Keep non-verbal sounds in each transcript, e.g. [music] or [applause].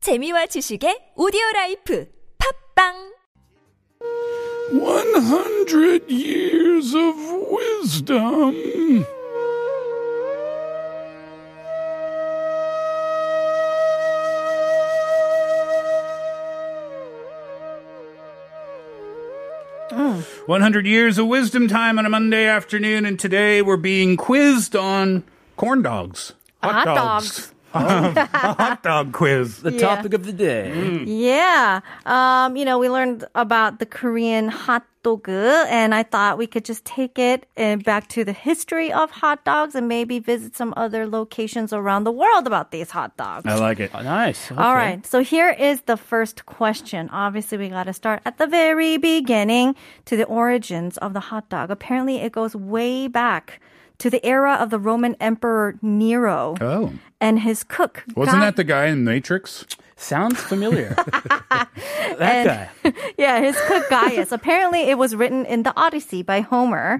재미와 지식의 오디오 라이프 팝빵! 100 years of wisdom. One hundred years of wisdom time on a Monday afternoon, and today we're being quizzed on corn dogs, Oh, Hot [laughs] hot dog quiz. the Yeah. topic of the day. Yeah. Um, you know, we learned about the Korean hot dog, and I thought we could just take it and back to the history of hot dogs and maybe visit some other locations around the world about these hot dogs. I like it. Oh, nice. Okay. All right. So here is the first question. Obviously, we got to start at the very beginning to the origins of the hot dog. Apparently, it goes way back to the era of the Roman Emperor Nero Oh, and his cook. wasn't Guy- that the guy in Matrix? Sounds [laughs] familiar. that [laughs] guy. Yeah, his cook Gaius. Apparently, it was written in the Odyssey by Homer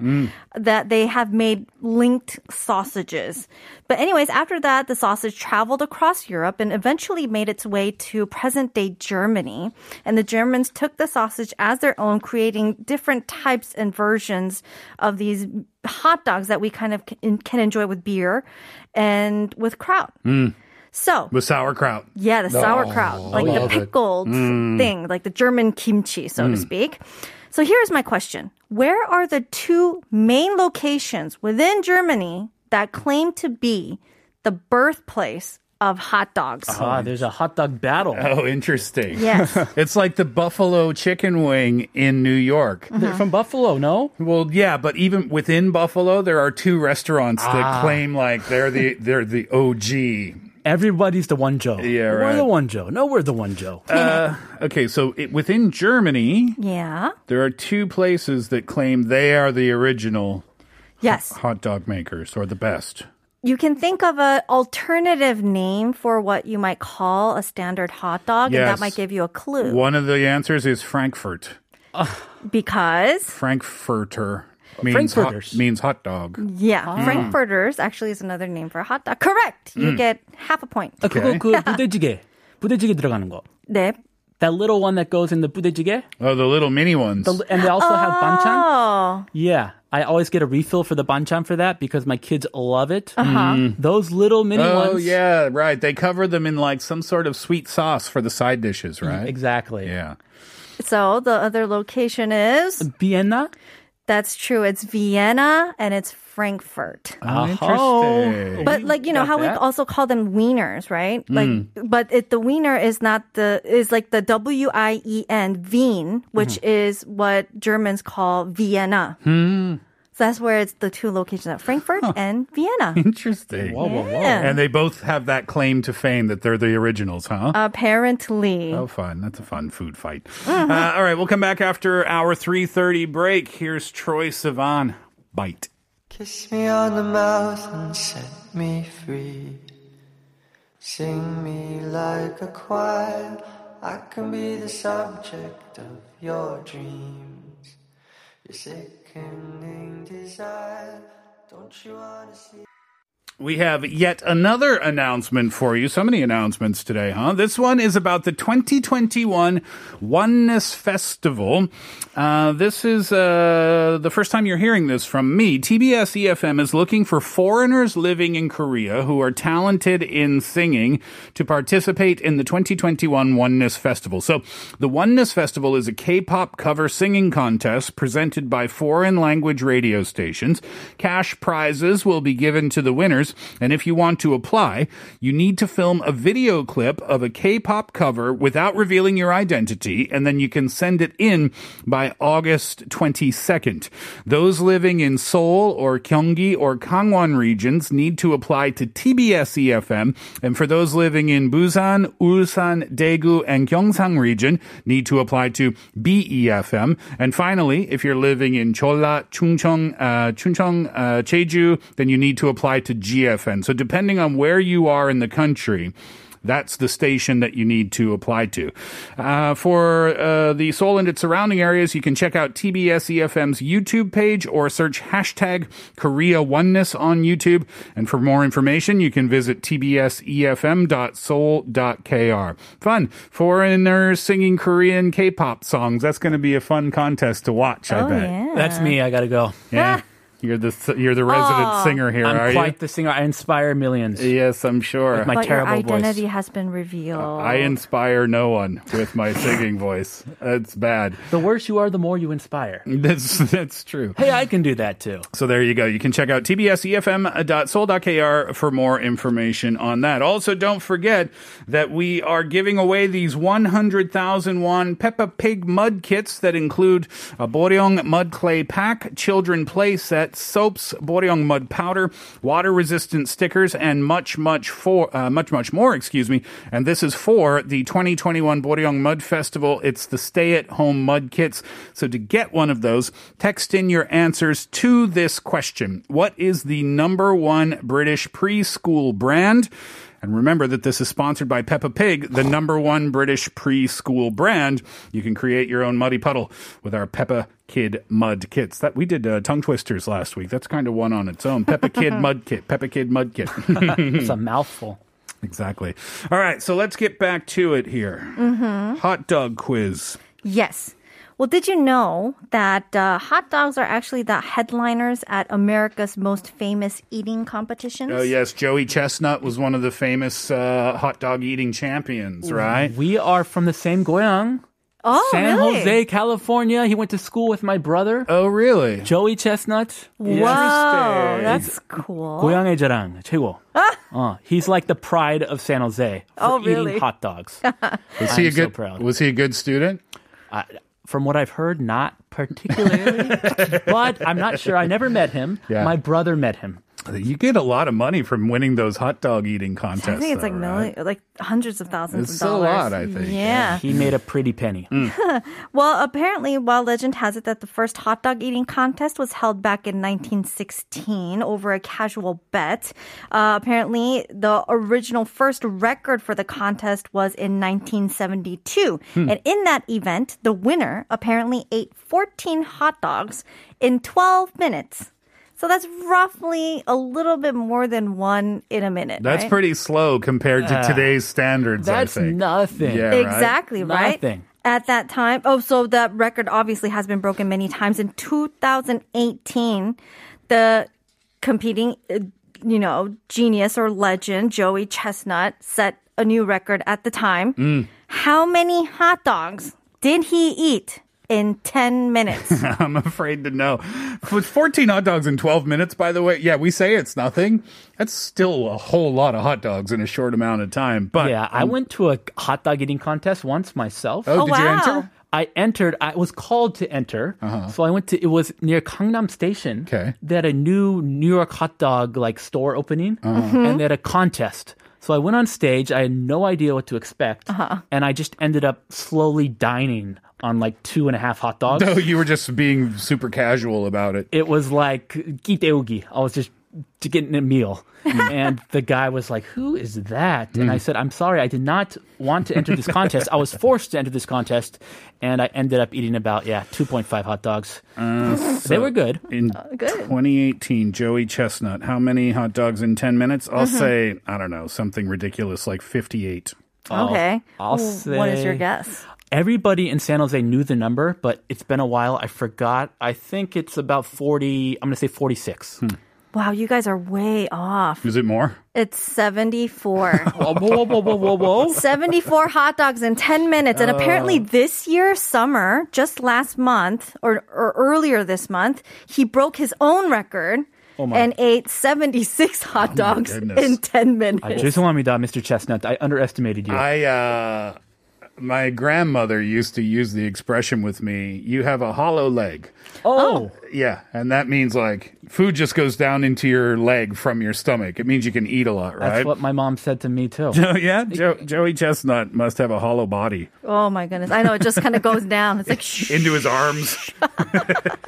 that they have made linked sausages. But, anyways, after that, the sausage traveled across Europe and eventually made its way to present day Germany. And the Germans took the sausage as their own, creating different types and versions of these hot dogs that we kind of can can enjoy with beer and with kraut. So, with sauerkraut. yeah, the sauerkraut, like the Oh, love it. Mm. pickled thing, like the German kimchi, so to speak. So here's my question Where are the two main locations within Germany that claim to be the birthplace of hot dogs? Uh-huh. Ah, there's a hot dog [laughs] battle. Oh, [laughs] interesting. Yes. [laughs] It's like the buffalo chicken wing in New York. They're from Buffalo, no? Well, yeah, but even within Buffalo, there are two restaurants that claim like they're the they're the OG. Everybody's the one Joe. Yeah, We're right. the one Joe. No, we're the one Joe. Okay, so it, within Germany, yeah. there are two places that claim they are the original Yes. hot dog makers or the best. You can think of an alternative name for what you might call a standard hot dog, and Yes. that might give you a clue. One of the answers is Frankfurt. Because Frankfurter means hot, Frankfurters. means hot dog. Yeah, Ah. frankfurters actually is another name for a hot dog. Correct. Mm. You get half a point. 아, 그거 그 부대찌개. 부대찌개 들어가는 거. 네. That little one that goes in the 부대찌개. Oh, the little mini ones. The- And they also have banchan. Oh, Yeah. I always get a refill for the banchan for that because my kids love it. Uh-huh. Mm. Those little mini Oh ones. yeah, right. They cover them in like some sort of sweet sauce for the side dishes, right? Exactly. Yeah. so the other location is Vienna? that's true. It's Vienna and it's Frankfurt. Oh, Oh. interesting. But like you know got how we that. also call them wieners, right? Like, Hmm. but it, the wiener is not the is like the W I E N Wien, which Hmm. is what Germans call Vienna. Hmm. So that's where it's the two locations at Frankfurt and [laughs] Vienna. Interesting. Whoa, whoa, whoa. Yeah. And they both have that claim to fame that they're the originals, huh? Uh-huh. Apparently. Oh, fun. That's a fun food fight. Uh-huh. Uh, all right, we'll come back after our 3.30 break. Here's Troy Sivan. Bite. Kiss me on the mouth and set me free. Sing me like a choir. I can be the subject of your dreams. Your sickening desire. Don't you wanna see? We have yet another announcement for you. So many announcements today, huh? This one is about the 2021 Oneness Festival. Uh, this is uh, the first time you're hearing this from me. TBS EFM E is looking for foreigners living in Korea who are talented in singing to participate in the 2021 Oneness Festival. So, the Oneness Festival is a K pop cover singing contest presented by foreign language radio stations. Cash prizes will be given to the winners. And if you want to apply, you need to film a video clip of a K pop cover without revealing your identity, and then you can send it in by August 22nd. Those living in Seoul or Gyeonggi or Gangwon regions need to apply to TBS EFM, E and for those living in Busan, Ulsan, Daegu, and Gyeongsang region, need to apply to BEFM. And finally, if you're living in Cholla, Chungcheong, uh, Chungcheong, uh, Jeju, then you need to apply to GFN. So depending on where you are in the country, That's the station that you need to apply to. Uh, for uh, the Seoul and its surrounding areas, you can check out TBS EFM's E YouTube page or search hashtag Korea Oneness on YouTube. And for more information, you can visit E tbsefm.soul.kr. Fun. Foreigners singing Korean K-pop songs. That's going to be a fun contest to watch, I Oh, bet. yeah. That's me. I gotta go. Yeah. You're the you're the resident singer here, I'm are quite you? the singer. I inspire millions. yes, I'm sure. my but your terrible voice. identity has been revealed. I inspire no one with my singing voice. That's bad. The worse you are, the more you inspire. Mm-hmm. That's that's true. Hey, I can do that too. So there you go. You can check out tbsefm.soul.kr for more information on that. Also, don't forget that we are giving away these 100,000 won Peppa Pig mud kits that include a Boryong mud clay pack, children play set, soaps, Boryong mud powder, water resistant stickers, and much, much for uh, much, much more. Excuse me. And this is for the 2021 Boryong Mud Festival. It's the stay-at-home mud kits. So to get one of those, text in your answers to this question. What is the number one British preschool brand? And remember that this is sponsored by Peppa Pig, the number one British preschool brand. You can create your own muddy puddle with our Peppa Kid Mud Kits. That we did uh, tongue twisters last week. That's kind of one on its own. Peppa Kid Mud Kit. Peppa Kid Mud Kit. [laughs] Mm-hmm. It's a mouthful. exactly. All right. So let's get back to it here. Hot dog quiz. Yes. Well, did you know that uh, hot dogs are actually the headliners at America's most famous eating competitions? Oh yes, Joey Chestnut was one of the famous uh, hot dog eating champions, right? We are from the same Goyang, Oh, San really? Jose, California. He went to school with my brother, Oh really? Joey Chestnut. Wow, Interesting. that's cool. 고향의 자랑, 최고. Uh, he's like the pride of San Jose for Ah. Oh, really? eating hot dogs. [laughs] Was he a I'm so good? proud. Was he a good student? I, from what I've heard, not [laughs] particularly, but I'm not sure. I never met him. Yeah. My brother met him. You get a lot of money from winning those hot dog eating contests. I think it's though, like right? million, like hundreds of thousands It's of a dollars. lot, I think. Yeah. Mm. He made a pretty penny. Well, apparently, while legend has it that the first hot dog eating contest was held back in 1916 over a casual bet. Uh, apparently, the original first record for the contest was in 1972. And in that event, the winner apparently ate 14 hot dogs in 12 minutes. So that's roughly a little bit more than one in a minute. That's right? pretty slow compared to today's standards. That's I think. [laughs] nothing. Yeah, right? Exactly, right? Nothing. At that time. Oh, so that record obviously has been broken many times. In 2018, the competing, uh, you know, genius or legend, Joey Chestnut, set a new record at the time. Mm. How many hot dogs did he eat in 10 [laughs] minutes? I'm afraid to know. With 14 hot dogs in 12 minutes, by the way, yeah, we say it's nothing. That's still a whole lot of hot dogs in a short amount of time. But Yeah, I went to a hot dog eating contest once myself. Um, Oh, Oh, did you wow. enter? I entered. I was called to enter. So I went to. It was near Gangnam Station. Uh-huh. Okay. They had a new New York hot dog like store opening, Uh-huh. and they had a contest. So I went on stage. I had no idea what to expect, and I just ended up slowly dining on like two and a half hot dogs. No, you were just being super casual about it. It was like giteugi. I was just to getting a meal. and the guy was like, Who is that? And I said, I'm sorry, I did not want to enter this contest. I was forced to enter this contest. And I ended up eating about, yeah, 2.5 hot dogs. they were good. In 2018, Joey Chestnut, how many hot dogs in 10 minutes? I'll say, I don't know, something ridiculous like 58. okay. I'll W- What is your say- guess? Everybody in San Jose knew the number, but it's been a while. I forgot. I think it's about 40, I'm going to say 46. Wow, you guys are way off. Is it more? It's [laughs] 74. Whoa, whoa, whoa, whoa, whoa, [laughs] whoa. 74 hot dogs in 10 minutes. And apparently, Oh. this year, summer, just last month or, or earlier this month, he broke his own record Oh and ate 76 hot dogs goodness. in 10 minutes. I just want me to, Mr. Chestnut. I underestimated you. I uh my grandmother used to use the expression with me, you have a hollow leg. Oh, Yeah, and that means like food just goes down into your leg from your stomach. It means you can eat a lot, that's right? [laughs] what my mom said to me too. Oh yeah, jo- Joey Chestnut must have a hollow body Oh my goodness. I know it just kind of goes down. It's like shh. into his arms,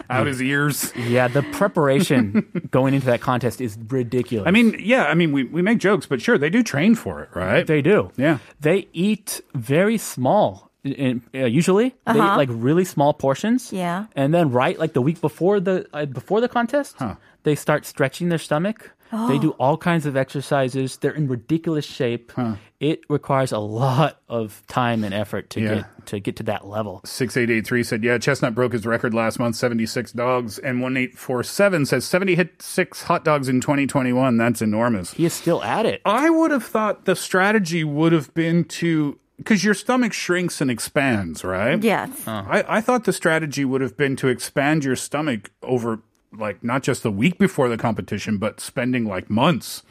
out his ears. yeah, the [laughs] preparation going into that contest is ridiculous. I mean, yeah, I mean we we make jokes, but sure they do train for it, right? They do. Yeah. They eat very small. In, uh, usually, they eat like really small portions. Yeah. And then, right, like the week before the uh, before the contest, they start stretching their stomach. They do all kinds of exercises. They're in ridiculous shape. It requires a lot of time and effort to Yeah. get to get to that level. Six eight eight three said, "Yeah, Chestnut broke his record last month, seventy six dogs." And one eight four seven says, 70 hit six hot dogs in twenty twenty one. That's enormous. He is still at it. I would have thought the strategy would have been to because your stomach shrinks and expands, right? Yes. I, I thought the strategy would have been to expand your stomach over like not just the week before the competition, but spending like months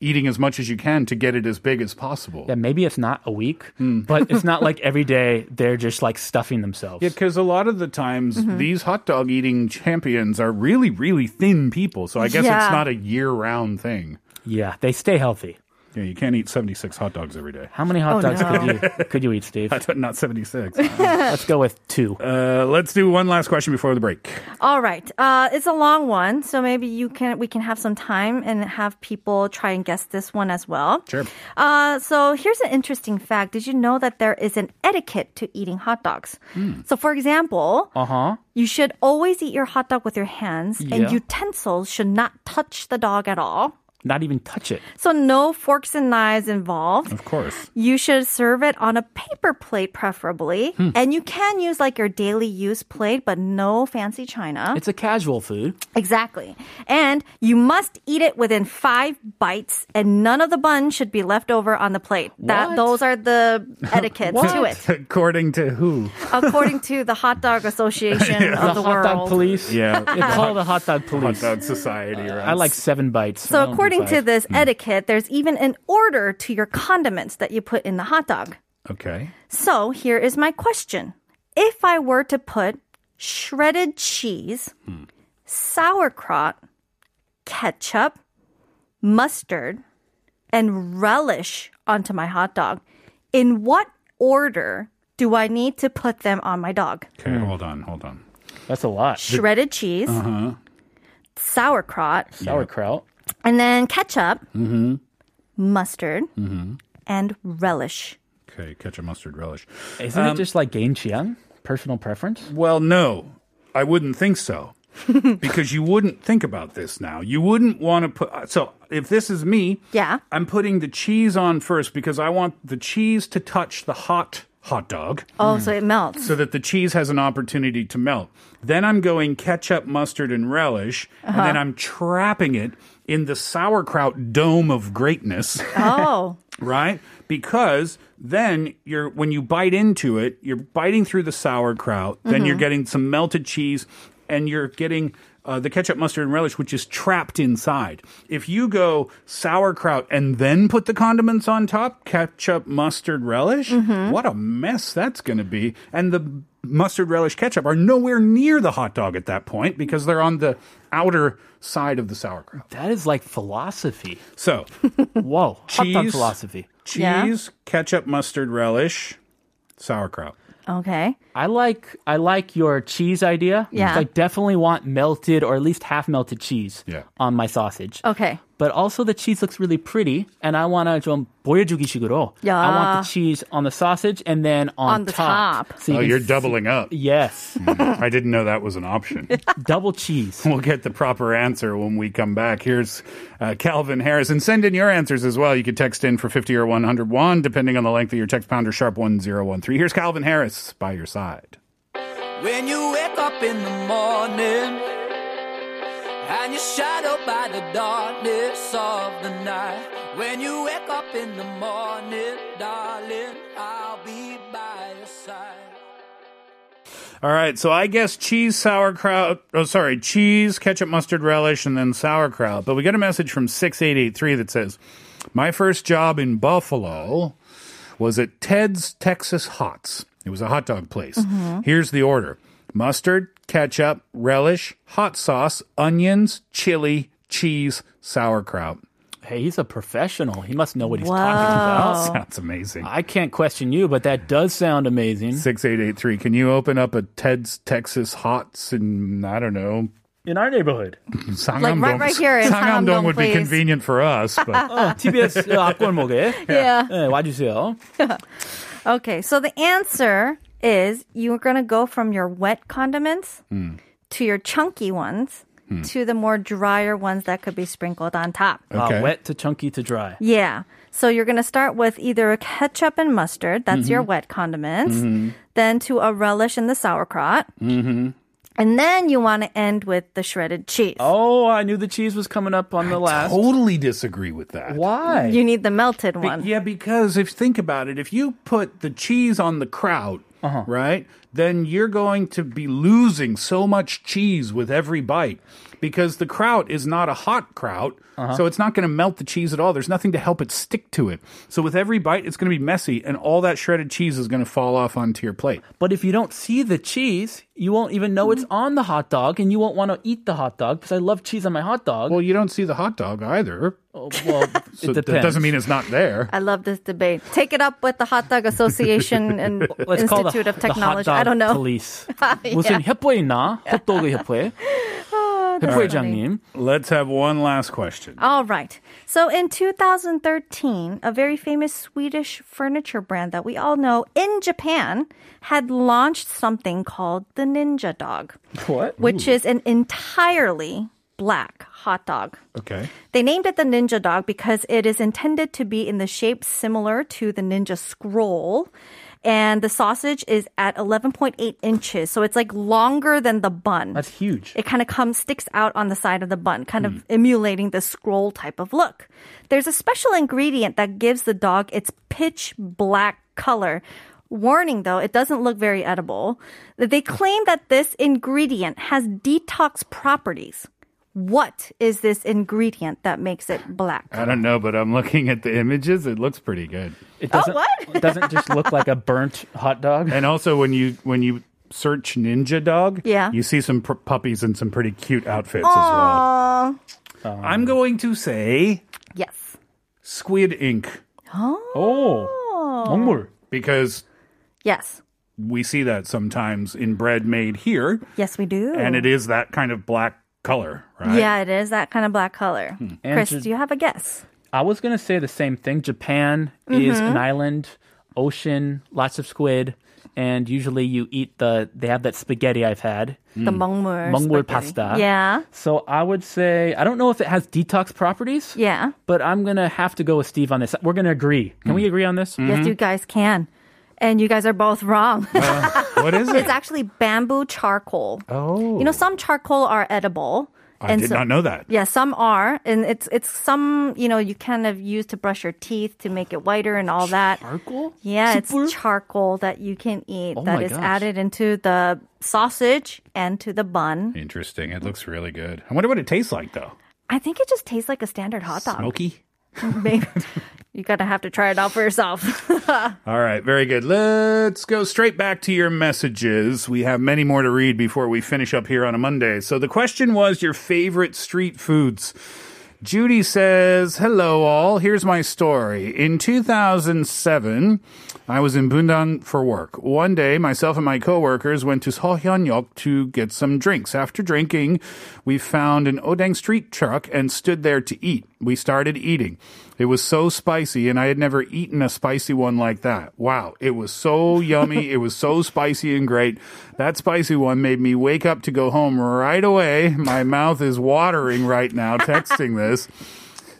eating as much as you can to get it as big as possible. Yeah, maybe it's not a week, Hmm. but it's not [laughs] like every day they're just like stuffing themselves. Because a lot of the times, these hot dog eating champions are really, really thin people. So I guess Yeah. it's not a year round thing. yeah, they stay healthy. Yeah, you can't eat 76 hot dogs every day. [laughs] How many hot Oh, dogs no. could you could you eat, [laughs] Steve? Not [laughs] 76. Let's go with two. uh, let's do one last question before the break. All right. Uh, it's a long one, so maybe you can we can have some time and have people try and guess this one as well. Sure. Uh, so here's an interesting fact. Did you know that there is an etiquette to eating hot dogs? So for example, Uh huh. you should always eat your hot dog with your hands, Yeah. and utensils should not touch the dog at all. Not even touch it. So no forks and knives involved. Of course. [laughs] You should serve it on a paper plate, preferably, and you can use like your daily use plate, but no fancy china. It's a casual food. Exactly. And you must eat it within five bites, and none of the bun should be left over on the plate. What? That those are [laughs] the etiquettes to it, According to who? according to the Hot Dog [laughs] Association of the, World. hot dog police. Yeah. [laughs] They call the hot Hot dog police. dog society, [laughs] right? I like seven bites. I So, don't do according to five. this etiquette, there's even an order to your condiments that you put in the hot dog. Okay. So, here is my question If I were to put shredded cheese, sauerkraut, ketchup, mustard, and relish onto my hot dog, in what order do I need to put them on my dog? Okay, hold on, hold on. that's a lot. Shredded cheese, sauerkraut, Sauerkraut. and then ketchup, mustard, and relish. Okay, ketchup, mustard, relish. Isn't Um, it just like gain chiang? Personal preference. Well, no, I wouldn't think so. because you wouldn't think about this now. You wouldn't want to put. So if this is me, Yeah. I'm putting the cheese on first because I want the cheese to touch the hot hot dog Oh, so it melts. so that the cheese has an opportunity to melt. Then I'm going ketchup, mustard, and relish, and then I'm trapping it in the sauerkraut dome of greatness. oh, right? Because then you're when you bite into it, you're biting through the sauerkraut. Then you're getting some melted cheese, and you're getting uh, the ketchup, mustard, and relish, which is trapped inside. If you go sauerkraut and then put the condiments on top, ketchup, mustard, relish, what a mess that's going to be. And the mustard, relish, ketchup are nowhere near the hot dog at that point because they're on the outer side of the sauerkraut. That is like philosophy. So Whoa. Hot dog Cheese. philosophy. cheese, Yeah. ketchup, mustard, relish, sauerkraut. okay. I like I like your cheese idea. Yeah. I definitely want melted or at least half melted cheese Yeah. on my sausage. Okay. But also the cheese looks really pretty and I want to 좀 보여주기식으로. I want the cheese on the sausage and then On on, the top. So you Oh, can you're see- doubling up. Yes. [laughs] I didn't know that was an option. Double cheese. we'll get the proper answer when we come back. Here's uh, Calvin Harris. And send in your answers as well. You can text in for 50 or 101, depending on the length of your text, pounder sharp 1013. Here's Calvin Harris by your side. When you wake up in the morning and you're shadowed by the darkness of the night. When you wake up in the morning, darling, I'll be by your side. All right, so I guess cheese, sauerkraut, oh, sorry, cheese, ketchup, mustard, relish, and then sauerkraut. But we got a message from 6883 that says, My first job in Buffalo was at Ted's Texas Hots. It was a hot dog place. Here's the order mustard, ketchup, relish, hot sauce, onions, chili, cheese, sauerkraut. Hey, he's a professional. He must know what he's talking about. Wow. Sounds amazing. I can't question you, but that does sound amazing. 6883. Can you open up a Ted's Texas Hots in, I don't know, In our [laughs] neighborhood. Sangam right- right here in Sangam-dong, would be please. convenient for us, [laughs] but 어, TBS 어, 압권 목에 Yeah. 네, 와주세요. Okay, so the answer is you are going to go from your wet condiments to your chunky ones to the more drier ones that could be sprinkled on top. 아, Okay. wet to chunky to dry. Yeah. So you're going to start with either ketchup and mustard, that's your wet condiments, then to a relish and the sauerkraut. Mm-hmm. And then you want to end with the shredded cheese. Oh, I knew the cheese was coming up on the last. totally disagree with that. [laughs] Why? You need the melted Be- one. Yeah, because if think about it, if you put the cheese on the kraut, right, then you're going to be losing so much cheese with every bite because the kraut is not a hot kraut, so it's not going to melt the cheese at all. There's nothing to help it stick to it. So with every bite, it's going to be messy, and all that shredded cheese is going to fall off onto your plate. But if you don't see the cheese, you won't even know it's on the hot dog, and you won't want to eat the hot dog because I love cheese on my hot dog. Well, you don't see the hot dog either, Oh, [laughs] well so it depends. that doesn't mean it's not there. I love this debate. Take it up with the Hot Dog Association and Let's call the, Institute of the hot Technology. dog I don't know. [laughs] Police. 무슨 협회 있나? 핫도그 협회. Oh, 협회장님. Let's have one last question. All right. So in 2013, a very famous Swedish furniture brand that we all know in Japan had launched something called the Ninja Dog, What? which is an entirely black hot dog. Okay. They named it the Ninja Dog because it is intended to be in the shape similar to the Ninja Scroll. And the sausage is at 11.8 inches. So it's like longer than the bun That's huge. it kind of comes sticks out on the side of the bun, kind of Hmm. emulating the scroll type of look. There's a special ingredient that gives the dog its pitch black color. Warning though, it doesn't look very edible. They claim that this ingredient has detox properties. What is this ingredient that makes it black? I don't know, but I'm looking at the images. It looks pretty good. It Oh, doesn't, what? [laughs] it doesn't just look like a burnt hot dog. And also, when you when you search ninja dog, Yeah. you see some pr- puppies and some pretty cute outfits as Aw. well. I'm going to say Yes. Squid Ink Oh. 먹물. because Yes. we see that sometimes in bread made here, Yes, we do. and it is that kind of black color, right? Hmm. Yeah, it is that kind of black color. And Chris, to- do you have a guess? I was gonna say the same thing. Japan is Mm-hmm. an island, ocean, lots of squid, and usually you eat the. They have that spaghetti I've had. Hmm. The mongmur. Mongmul spaghetti. pasta. Yeah. So I would say I don't know if it has detox properties. Yeah. But I'm gonna have to go with Steve on this. We're gonna agree. Can we agree on this? Mm-hmm. Yes, you guys can. And you guys are [laughs] both wrong. Uh. What [laughs] is it? it's actually bamboo charcoal. Oh, You know, some charcoal are edible. I did so- not know that. Yeah, some are, and it's it's some you know you kind of use to brush your teeth to make it whiter and all that. Charcoal? Yeah, it's Super? charcoal that you can eat Oh that my is gosh. added into the sausage and to the bun. Interesting. It looks really good. I wonder what it tastes like though. I think it just tastes like a standard hot dog. Smoky. [laughs] Maybe. you gotta have to try it out for yourself. [laughs] All right, very good. Let's go straight back to your messages. We have many more to read before we finish up here on a Monday. So the question was your favorite street foods. Judy says, Hello, all. Here's my story. In 2007, I was in Bundan for work. One day, myself and my coworkers went to Seohyeonyeok to get some drinks. After drinking, we found an Odang street truck and stood there to eat. We started eating. It was so spicy, and I had never eaten a spicy one like that. Wow, it was so yummy. it was so spicy and great. That spicy one made me wake up to go home right away. My mouth is watering right now, texting this.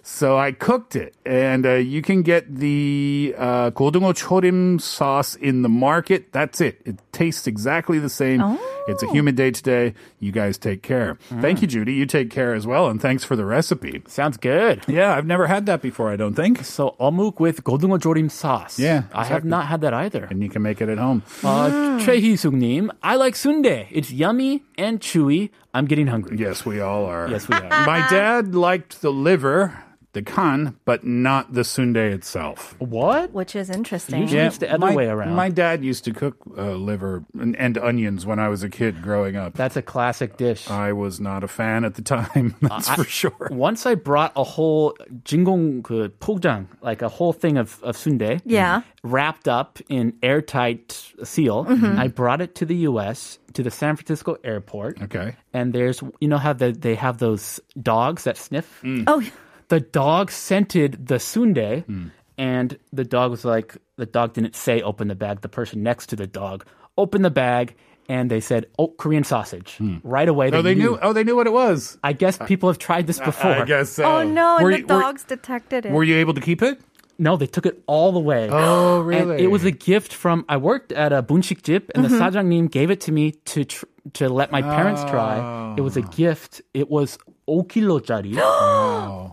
So I cooked it, and uh, you can get the uh, 고등어 chorim sauce in the market. That's it. It tastes exactly the same. Oh. It's a humid day today. You guys take care. Mm. Thank you, Judy. You take care as well, and thanks for the recipe. Sounds good. Yeah, I've never had that before. I don't think. So 어묵 with 고등어 조림 sauce. Yeah, I exactly. have Mm. not had that either. And you can make it at home. Uh, Mm. 최희숙님, I like sundae. It's yummy and chewy. I'm getting hungry. Yes, we all are. Yes, we are. My dad liked the liver. the kan, but not the sundae itself. What? which is interesting. Usually it's the my, other way around. My dad used to cook uh, liver and, and onions when I was a kid growing up. That's a classic dish. I was not a fan at the time, [laughs] that's Uh, for sure. Once I brought a whole jingong 그 포장, like a whole thing of of sundae, Yeah. wrapped up in airtight seal. I brought it to the U.S. to the San Francisco airport. Okay. And there's, you know how the, they have those dogs that sniff? Mm. Oh, The dog scented the sundae, Mm. and the dog was like, the dog didn't say open the bag. The person next to the dog opened the bag, and they said, oh, Korean sausage. Right away, Oh, they knew. Oh, they knew what it was. I guess people have tried this Uh, I before. guess so. oh no, and Were the you- were- dogs detected it. Were, you able to keep it? No, they took it all the way. Oh, And it was a gift from I worked at a bunchik jip, and Mm-hmm. the sajangnim gave it to me to tr- to let my parents try. It was Oh. a gift. It was [gasps] 5kg짜리.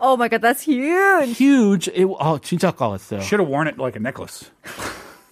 oh my god, that's huge. huge. It oh 진짜 아까웠어요. Should have worn it like a necklace.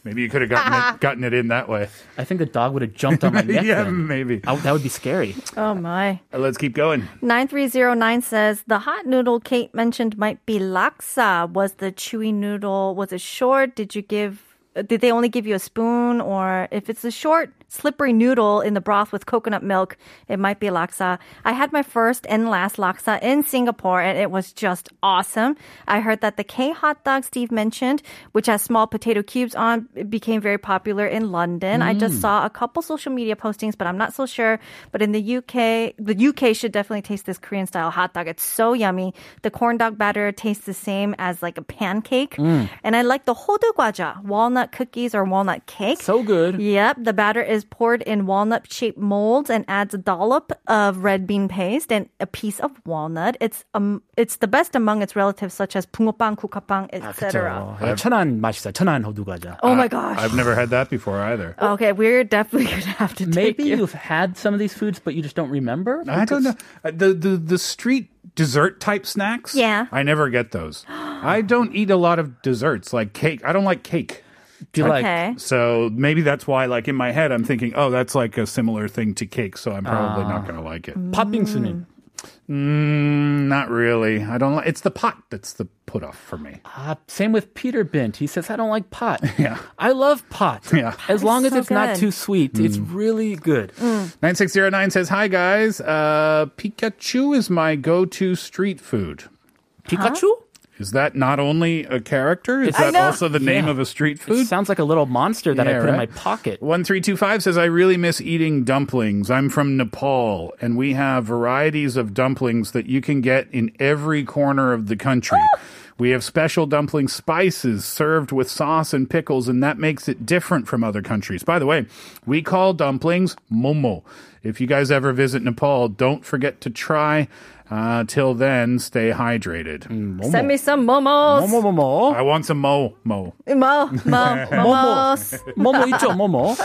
Maybe you could have gotten [laughs] it, gotten it in that way. I think the dog would have jumped on [laughs] my neck. yeah, then. maybe. I, that would be scary. Oh my. Uh, Let's keep going. 9309 says the hot noodle Kate mentioned might be laksa. Was the chewy noodle was it short? Did you give uh, did they only give you a spoon or if it's a short slippery noodle in the broth with coconut milk, it might be laksa. I had my first and last laksa in Singapore and it was just awesome. I heard that the K hot dog Steve mentioned, which has small potato cubes on, it became very popular in London. I Mm. just saw a couple social media postings, but I'm not so sure. But in the UK, the UK should definitely taste this Korean style hot dog. It's so yummy. The corn dog batter tastes the same as like a pancake. Mm. And I like the hodu gwaja, walnut cookies or walnut cake. So good. Yep, the batter is poured in walnut shaped molds and adds a dollop of red bean paste and a piece of walnut. It's um, it's the best among its relatives such as 붕어빵, 국화빵, etc. 그쵸. 천안 맛있어. 천안 호두과자. Oh my gosh. I've never had that before either. okay, we're definitely [laughs] going to have to take Maybe you. you've had some of these foods, but you just don't remember. I don't know Uh, the the the street dessert type snacks. Yeah. I never get those. [gasps] I don't eat a lot of desserts like cake. I don't like cake. Do you like okay. So maybe that's why, like in my head, I'm thinking, oh, that's like a similar thing to cake, so I'm probably not Ah. going to like it. 팥빙수는? Mm, not really. I don't like. It's the pot that's the put off for me. Uh, same with Peter Bint. He says, I don't like pot. [laughs] Yeah. I love [laughs] pot. Yeah. As long as so it's not good. Mm. too sweet, it's really good. Nine six zero nine says, "Hi guys, uh, Pikachu is my go-to street food. Pikachu? Is that not only a character? Is I that know. also the name Yeah. of a street It food?" sounds like a little monster that I Yeah, put in my right. [laughs] pocket. 1325 says, I really miss eating dumplings. I'm from Nepal, and we have varieties of dumplings that you can get in every corner of the country. we have special dumpling spices served with sauce and pickles, and that makes it different from other countries. By the way, we call dumplings momo. If you guys ever visit Nepal, don't forget to try. Uh, till then, stay hydrated. Send me some momos. [laughs] 뭐뭐뭐뭐 I want some mo mo. Mo, [laughs] mo, momos. 뭐뭐 [laughs] 있죠 뭐뭐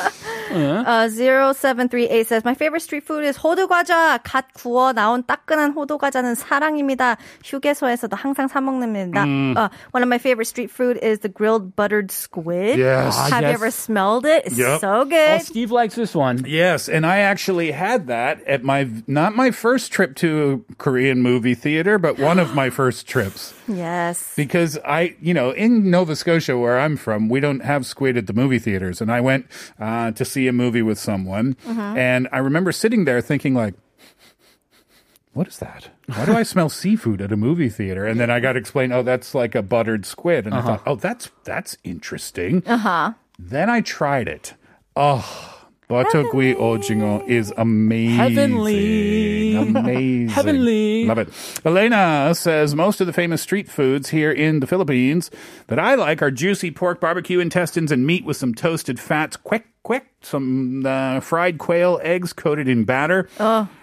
Uh, 0738 says, My favorite street food is 호두과자. 갓 구워 나온 따끈한 호두과자는 사랑입니다. 휴게소에서도 항상 사 먹습니다. Uh, one of my favorite street food is the grilled buttered squid. Yes. Ah, Have you yes. ever smelled it? It's Yep. so Oh, good. Steve likes this one Yes, and I actually had that at my not my first trip to a Korean movie theater, but one of my first trips Yes. because I, you know, in Nova Scotia where I'm from, we don't have squid at the movie theaters, and I went uh, to see a movie with someone, and I remember sitting there thinking like. What is that? Why do I smell seafood at a movie theater? And then I got explained, oh, that's like a buttered squid. And I thought, oh, that's that's interesting. Uh huh. Then I tried it. Oh, Buttergui Ojingo is amazing. Heavenly. Amazing. Heavenly. Love it. Elena says most of the famous street foods here in the Philippines that I like are juicy pork, barbecue intestines, and meat with some toasted fats. Quick, quick. Some uh, fried quail eggs coated in batter.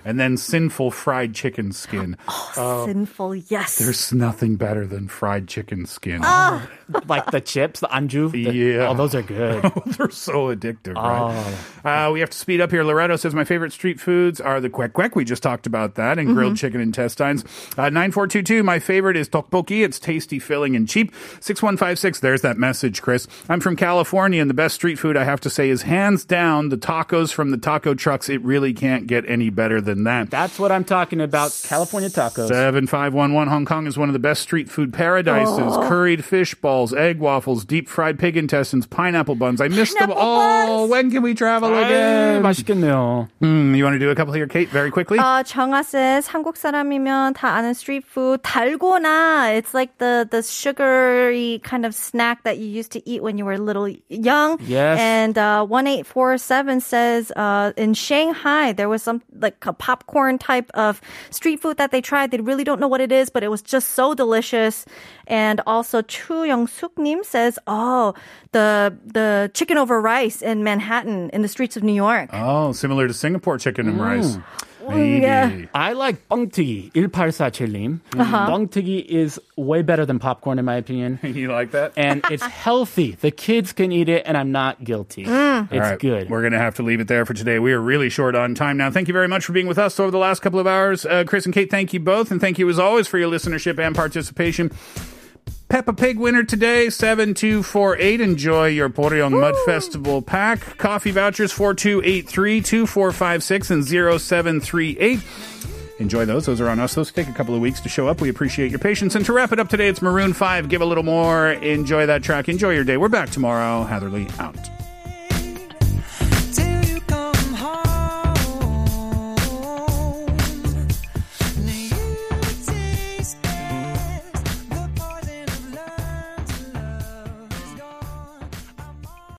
And then sinful fried chicken skin. Sinful, yes. Uh, There's nothing better than fried chicken skin. [laughs] like the chips the anju the, Yeah. oh those are good [laughs] They're so addictive, right? Uh, we have to speed up here. Loretto says my favorite street foods are the kwek kwek. We just talked about that, and grilled chicken intestines. Uh, Nine four two two. My favorite is tteokbokki. It's tasty, filling, and cheap. Six one five six. There's that message, Chris. I'm from California, and the best street food I have to say is hands down, the tacos from the taco trucks. It really can't get any better than that. That's what I'm talking about. [laughs] California tacos. 7511 Hong Kong is one of the best street food paradises. Curried fish balls, egg waffles, deep fried pig intestines, pineapple buns. I missed them Pineapple all. buns! When can we travel Ay, again? 맛있겠네요. Mm, you want to do a couple here, Kate, very quickly? Uh, Changa says 한국 사람이면 다 아는 street food 달고나. It's like the the sugary kind of snack that you used to eat when you were little young. Yes. And uh, one eight four seven says uh, in Shanghai there was some like a popcorn type of street food that they tried. They really don't know what it is, but it was just so delicious. And also Chu Young Suknim says, oh, the the chicken over rice in Manhattan in the streets of New York. Oh, similar to Singapore chicken and rice. Maybe. Mm. yeah. I like 뻥튀기 1847님. Uh-huh. 뻥튀기 is way better than popcorn in my opinion. [laughs] You like that? And it's healthy. The kids can eat it and I'm not guilty. It's All right, good. We're going to have to leave it there for today. We are really short on time now. Thank you very much for being with us over the last couple of hours. Uh, Chris and Kate, thank you both. And thank you as always for your listenership and participation. Peppa Pig winner today, 7248. Enjoy your Poryong Mud Festival pack. Coffee vouchers 4283, 2456, and 0738. Enjoy those. Those are on us. Those take a couple of weeks to show up. We appreciate your patience. And to wrap it up today, it's Maroon 5. Give a little more. Enjoy that track. Enjoy your day. We're back tomorrow. Hatherley out.